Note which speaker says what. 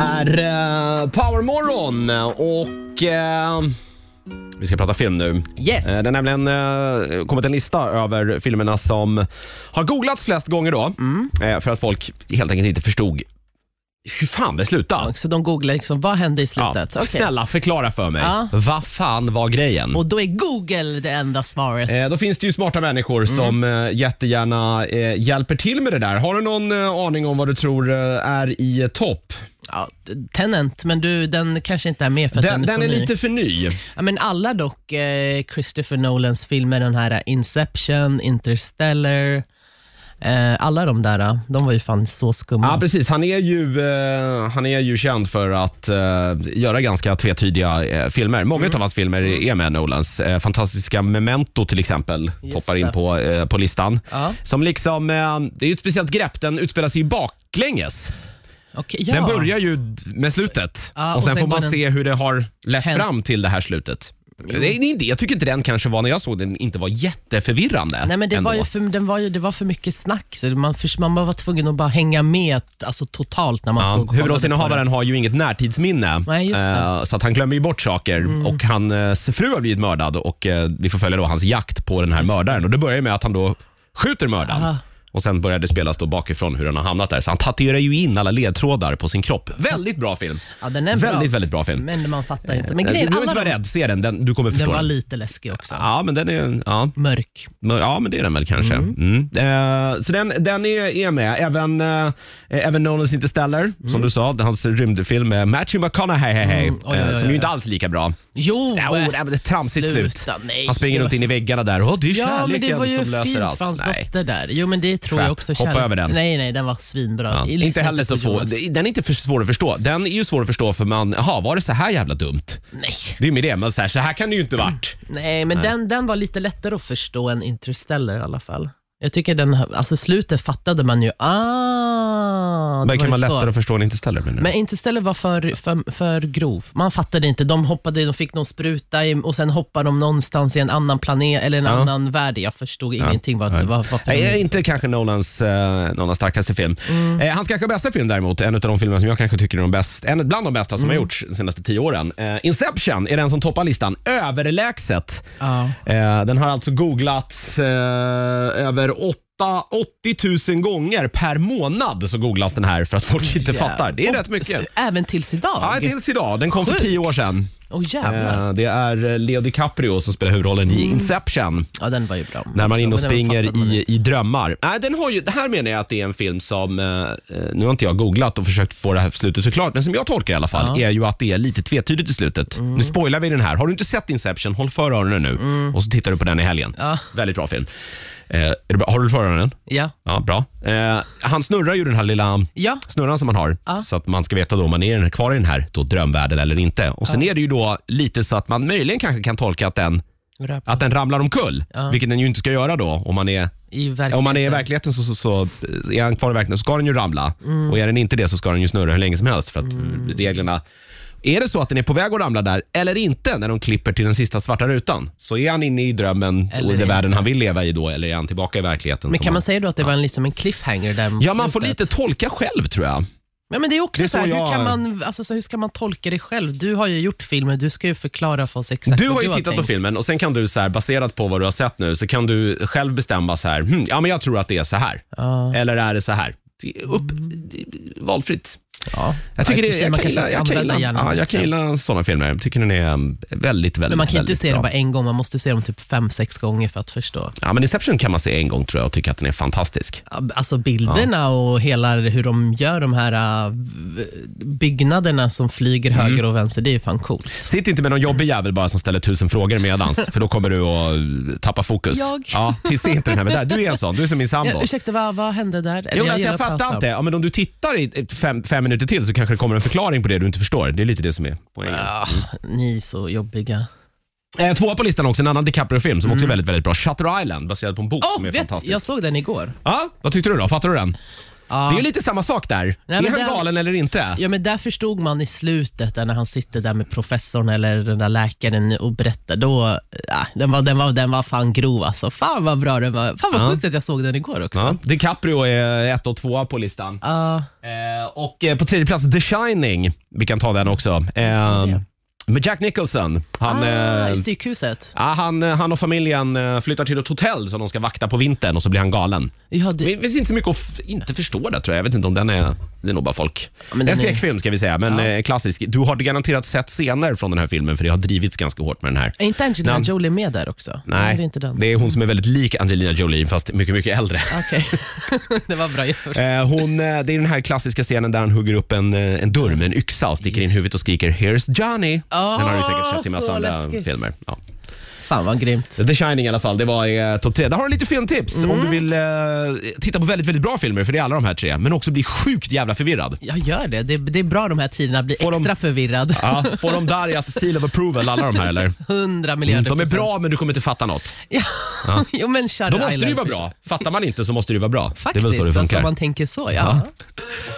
Speaker 1: är eh, Powermorgon och eh, vi ska prata film nu.
Speaker 2: Yes.
Speaker 1: Eh, det har nämligen eh, kommit en lista över filmerna som har googlats flest gånger då
Speaker 2: Mm.
Speaker 1: eh, för att folk helt enkelt inte förstod hur fan det slutade.
Speaker 2: Så de googlar liksom, vad hände i
Speaker 1: Ja,
Speaker 2: slutet? Okej.
Speaker 1: Snälla förklara för mig.
Speaker 2: Ja.
Speaker 1: Vad fan var grejen?
Speaker 2: Och då är Google det enda svaret.
Speaker 1: Eh, då finns det ju smarta människor
Speaker 2: Mm.
Speaker 1: som eh, jättegärna eh, hjälper till med det där. Har du någon eh, aning om vad du tror eh, är i eh, topp?
Speaker 2: ja, Tenant, men du, den kanske inte är med för att
Speaker 1: Den,
Speaker 2: den,
Speaker 1: den
Speaker 2: så
Speaker 1: är
Speaker 2: ny.
Speaker 1: lite för ny.
Speaker 2: Ja, men alla dock eh, Christopher Nolans filmer, den här Inception, Interstellar, eh, alla de där, eh, de var ju fan så skumma.
Speaker 1: Ja, precis. Han är ju, eh, han är ju känd för att eh, göra ganska tvetydiga eh, filmer. Många
Speaker 2: Mm.
Speaker 1: av hans filmer är med Nolans. Eh, fantastiska Memento till exempel
Speaker 2: Just
Speaker 1: toppar in
Speaker 2: det.
Speaker 1: på, eh, på listan.
Speaker 2: Ja.
Speaker 1: Som liksom, eh, det är ju ett speciellt grepp. Den utspelar sig ju baklänges.
Speaker 2: Okej, ja.
Speaker 1: Den börjar ju d- med slutet
Speaker 2: Ja,
Speaker 1: och, sen
Speaker 2: och sen
Speaker 1: får man
Speaker 2: går den-
Speaker 1: se hur det har lett
Speaker 2: Hänt.
Speaker 1: fram till det här slutet. Det är en idé. Jag tycker inte den kanske var, när jag såg den, inte var jätteförvirrande.
Speaker 2: Nej, men det,
Speaker 1: ändå.
Speaker 2: var ju för, den var ju, det var för mycket snack, så man, förs- man var tvungen att bara hänga med alltså, totalt när man
Speaker 1: Ja,
Speaker 2: såg kollade på den.
Speaker 1: huvudrollsinnehavaren har ju inget närtidsminne,
Speaker 2: Nej, just det. Mm.
Speaker 1: Eh, så att han glömmer ju bort saker. Och Hans fru har blivit mördad och eh, vi får följa då hans jakt på den här mördaren. Och Det börjar ju med att han då skjuter mördaren.
Speaker 2: Aha.
Speaker 1: Och Sen börjar det spelas då bakifrån hur han har hamnat där. Så han tatuerar ju in alla ledtrådar på sin kropp. Väldigt bra film.
Speaker 2: Ja, den är bra.
Speaker 1: väldigt, väldigt bra film.
Speaker 2: Men man fattar inte. Men
Speaker 1: Eh,
Speaker 2: grejen,
Speaker 1: du behöver
Speaker 2: alla
Speaker 1: inte vara
Speaker 2: de-
Speaker 1: rädd, se den. den du kommer förstå
Speaker 2: Den var
Speaker 1: den.
Speaker 2: lite läskig också.
Speaker 1: Ja, men den är... Ja.
Speaker 2: Mörk.
Speaker 1: Men- Ja, men det är den väl kanske. Mm. Eh, så den, den är, är med. Även, eh, även Nolans Interstellar, som du sa, hans rymdfilm med Matthew McConaughey,
Speaker 2: Mm, oj,
Speaker 1: eh,
Speaker 2: oj,
Speaker 1: som
Speaker 2: oj,
Speaker 1: ju
Speaker 2: oj.
Speaker 1: inte alls är lika bra.
Speaker 2: Jo!
Speaker 1: Ja, oh, det är ett tramsigt
Speaker 2: sluta,
Speaker 1: slut.
Speaker 2: nej.
Speaker 1: Han springer
Speaker 2: Det
Speaker 1: runt
Speaker 2: var
Speaker 1: in i väggarna där. Åh, det är
Speaker 2: Ja, men
Speaker 1: kärleken
Speaker 2: det var ju
Speaker 1: som löser
Speaker 2: fint
Speaker 1: allt.
Speaker 2: för hans
Speaker 1: Nej.
Speaker 2: dotter där. Jo, men det tror
Speaker 1: Crap.
Speaker 2: jag också.
Speaker 1: Hoppa över den.
Speaker 2: Nej, nej, den var svinbra.
Speaker 1: Ja.
Speaker 2: Jag lyssnar
Speaker 1: Inte heller så
Speaker 2: på
Speaker 1: få,
Speaker 2: Jonas.
Speaker 1: den är inte för svår att förstå. Den är ju svår att förstå för man, jaha, var det så här jävla dumt?
Speaker 2: Nej,
Speaker 1: Det är ju med det, men så här, så här kan det ju inte varit.
Speaker 2: nej men Den, den var lite lättare att förstå än Interstellar i alla fall. Jag tycker den, alltså slutet fattade man ju. Ah, det
Speaker 1: Men kan
Speaker 2: var
Speaker 1: man
Speaker 2: ju så.
Speaker 1: lättare att förstå än Interstellar menar du?
Speaker 2: Men Interstellar var för, för, för grov. Man fattade inte. De hoppade, de fick någon spruta i, och sen hoppade de någonstans i en annan planet eller en annan värld. Jag förstod ingenting. Vad, vad, vad för
Speaker 1: Nej,
Speaker 2: de-
Speaker 1: inte kanske Nolans, eh, Nolans starkaste film.
Speaker 2: Mm.
Speaker 1: Eh, hans kanske bästa film däremot, en av de filmer som jag kanske tycker är de bäst, en, bland de bästa
Speaker 2: Mm.
Speaker 1: som har gjorts de senaste tio åren. Eh, Inception är den som toppar listan, överlägset.
Speaker 2: Ja.
Speaker 1: Eh, den har alltså googlats eh, över 8 80 000 gånger per månad så googlas den här för att folk inte
Speaker 2: Jävlar.
Speaker 1: fattar. Det är
Speaker 2: Och
Speaker 1: rätt mycket.
Speaker 2: s- Även tills idag?
Speaker 1: Ja, tills idag. Den kom för
Speaker 2: Sjukt.
Speaker 1: tio år sedan.
Speaker 2: Åh jävlar. Mm.
Speaker 1: Eh, det är Leo DiCaprio som spelar huvudrollen i Inception.
Speaker 2: Ja, den var ju bra.
Speaker 1: När man är
Speaker 2: Så,
Speaker 1: inne och
Speaker 2: men den
Speaker 1: springer
Speaker 2: fattade man
Speaker 1: i,
Speaker 2: inte.
Speaker 1: i drömmar. Nej, den har ju, det här menar jag att det är en film som, eh, eh, nu har inte jag googlat och försökt få det här slutet såklart, men som jag tolkar i alla fall är ju att det är lite tvetydigt i slutet.
Speaker 2: Mm.
Speaker 1: Nu spoilar vi den här. Har du inte sett Inception, håll för öronen nu och så tittar du på den i helgen. Väldigt bra film. Eh, är det bra? Har du för öronen?
Speaker 2: Ja.
Speaker 1: Ja, bra. Eh, han snurrar ju den här lilla
Speaker 2: Ja.
Speaker 1: snurran som man har så att man ska veta då om man är i den- kvar i den här då drömvärlden eller inte. Och Sen är det ju då lite så att man möjligen kanske kan tolka att den
Speaker 2: Röp.
Speaker 1: att den ramlar omkull, vilket den ju inte ska göra då. Om man är,
Speaker 2: I verkligheten.
Speaker 1: om man är i verkligheten så, så, så är han kvar i verkligheten så ska den ju ramla.
Speaker 2: Mm.
Speaker 1: Och är den inte det så ska den ju snurra hur länge som helst för att reglerna är det så att den är på väg att ramla där eller inte när de klipper till den sista svarta rutan så är han inne i drömmen
Speaker 2: Eller
Speaker 1: och i den
Speaker 2: inte.
Speaker 1: världen han vill leva i då eller är han tillbaka i verkligheten.
Speaker 2: Men
Speaker 1: som
Speaker 2: kan man
Speaker 1: han-
Speaker 2: säga då att det var en, liksom en cliffhanger där mot
Speaker 1: Ja, man får
Speaker 2: slutet?
Speaker 1: lite tolka själv tror jag.
Speaker 2: Ja, men det är också
Speaker 1: Det är
Speaker 2: så här,
Speaker 1: så jag-
Speaker 2: hur, kan man, alltså, så hur ska man tolka det själv? Du har ju gjort filmer, du ska ju förklara för oss exakt
Speaker 1: Du
Speaker 2: vad
Speaker 1: har ju
Speaker 2: du
Speaker 1: tittat på
Speaker 2: tänkt.
Speaker 1: filmen och sen kan du så här, baserat på vad du har sett nu, så kan du själv bestämma så här, hm, ja men jag tror att det är så här. Eller är det så här? Det är Upp, det är valfritt.
Speaker 2: Ja.
Speaker 1: Jag, tycker
Speaker 2: Ja, i
Speaker 1: det,
Speaker 2: och för sig,
Speaker 1: jag,
Speaker 2: man
Speaker 1: kan
Speaker 2: kanske
Speaker 1: gilla,
Speaker 2: ska
Speaker 1: jag, kan
Speaker 2: använda
Speaker 1: gilla,
Speaker 2: hjärnan
Speaker 1: ja, jag
Speaker 2: lite.
Speaker 1: kan gilla sådana filmer. Jag tycker den är mm, väldigt, väldigt
Speaker 2: Men man kan inte
Speaker 1: väldigt
Speaker 2: se
Speaker 1: bra.
Speaker 2: det bara en gång, man måste se dem typ fem, sex gånger för att förstå.
Speaker 1: Ja, men Inception kan man se en gång tror jag och tycka att den är fantastisk.
Speaker 2: Alltså bilderna och hela hur de gör de här äh, v- byggnaderna som flyger
Speaker 1: Mm.
Speaker 2: höger och vänster, det är ju fan coolt.
Speaker 1: Sitt inte med någon jobbig jävel bara som ställer tusen frågor medans, för då kommer du att tappa fokus.
Speaker 2: Jag.
Speaker 1: Ja, till se inte den här med där. Du är en sån, du är som min sambo.
Speaker 2: Ja, ursäkta, vad, vad hände där? Eller
Speaker 1: Jo, men alltså,
Speaker 2: gillar
Speaker 1: jag fattar
Speaker 2: pauser.
Speaker 1: inte. Ja, men om du tittar i fem, fem minuter till så kanske det kommer en förklaring på det du inte förstår. Det är lite det som är poängen.
Speaker 2: Ah, ni är så jobbiga.
Speaker 1: Eh, tvåa på listan också, en annan DiCaprio-film som också är väldigt, väldigt bra. Shutter Island, baserad på en bok som
Speaker 2: Oh,
Speaker 1: är
Speaker 2: Mm. vet,
Speaker 1: fantastisk.
Speaker 2: jag såg den igår.
Speaker 1: Ja, vad tyckte du då? Fattar du den?
Speaker 2: Ja.
Speaker 1: Det är ju lite samma sak där.
Speaker 2: Nej,
Speaker 1: är
Speaker 2: men
Speaker 1: han
Speaker 2: det-
Speaker 1: galen eller inte?
Speaker 2: Ja, men där förstod man i slutet där när han sitter där med professorn eller den där läkaren och berättar. Då, ja, den, var, den, var, den var fan grov alltså. Fan vad bra den var. Fan vad sjukt att jag såg den igår också.
Speaker 1: Ja. DiCaprio är ett och tvåa på listan.
Speaker 2: Ja.
Speaker 1: Eh, och eh, på tredje plats The Shining. Vi kan ta den också. Eh, med Jack Nicholson. Han,
Speaker 2: ah,
Speaker 1: eh,
Speaker 2: I psykhuset.
Speaker 1: ja, han, han och familjen eh, flyttar till ett hotell som de ska vakta på vintern och så blir han galen.
Speaker 2: Ja, det,
Speaker 1: Det finns inte så mycket att f- inte förstå där tror jag. Jag vet inte om den är... Det är nog bara folk.
Speaker 2: men
Speaker 1: det är en
Speaker 2: den är-
Speaker 1: skräckfilm ska vi säga, men
Speaker 2: Ja.
Speaker 1: eh, klassisk. Du har garanterat sett scener från den här filmen för det har drivits ganska hårt med den här.
Speaker 2: är inte Angelina
Speaker 1: Nej.
Speaker 2: Jolie med där också?
Speaker 1: Nej,
Speaker 2: det är inte den.
Speaker 1: det är hon som är väldigt lik Angelina Jolie fast mycket, mycket äldre.
Speaker 2: Okej, det var bra gjort.
Speaker 1: Eh, hon, eh, det är den här klassiska scenen där han hugger upp en, eh, en dörr med en yxa och sticker in huvudet och skriker “Here's Johnny”.
Speaker 2: Ah,
Speaker 1: den har du säkert sett i massa
Speaker 2: så
Speaker 1: andra
Speaker 2: läskigt.
Speaker 1: filmer. Ja.
Speaker 2: Fan vad grymt.
Speaker 1: The Shining i alla fall, det var eh, topp tre. Där har du lite filmtips om
Speaker 2: Mm.
Speaker 1: du vill eh, titta på väldigt, väldigt bra filmer, för det är alla de här tre, men också bli sjukt jävla förvirrad.
Speaker 2: Jag gör det. det. Det är bra de här tiderna, bli
Speaker 1: Får de-
Speaker 2: extra förvirrad.
Speaker 1: Ja, får de Darias seal of approval, alla de här eller?
Speaker 2: 100 miljarder
Speaker 1: Mm, De är
Speaker 2: procent.
Speaker 1: bra men du kommer inte fatta något.
Speaker 2: Ja. jo, men Shutter
Speaker 1: Då måste du
Speaker 2: Island
Speaker 1: vara
Speaker 2: först.
Speaker 1: bra. Fattar man inte så måste du vara bra.
Speaker 2: Faktiskt,
Speaker 1: det är väl så det
Speaker 2: alltså, om
Speaker 1: funkar.
Speaker 2: man tänker så. Ja.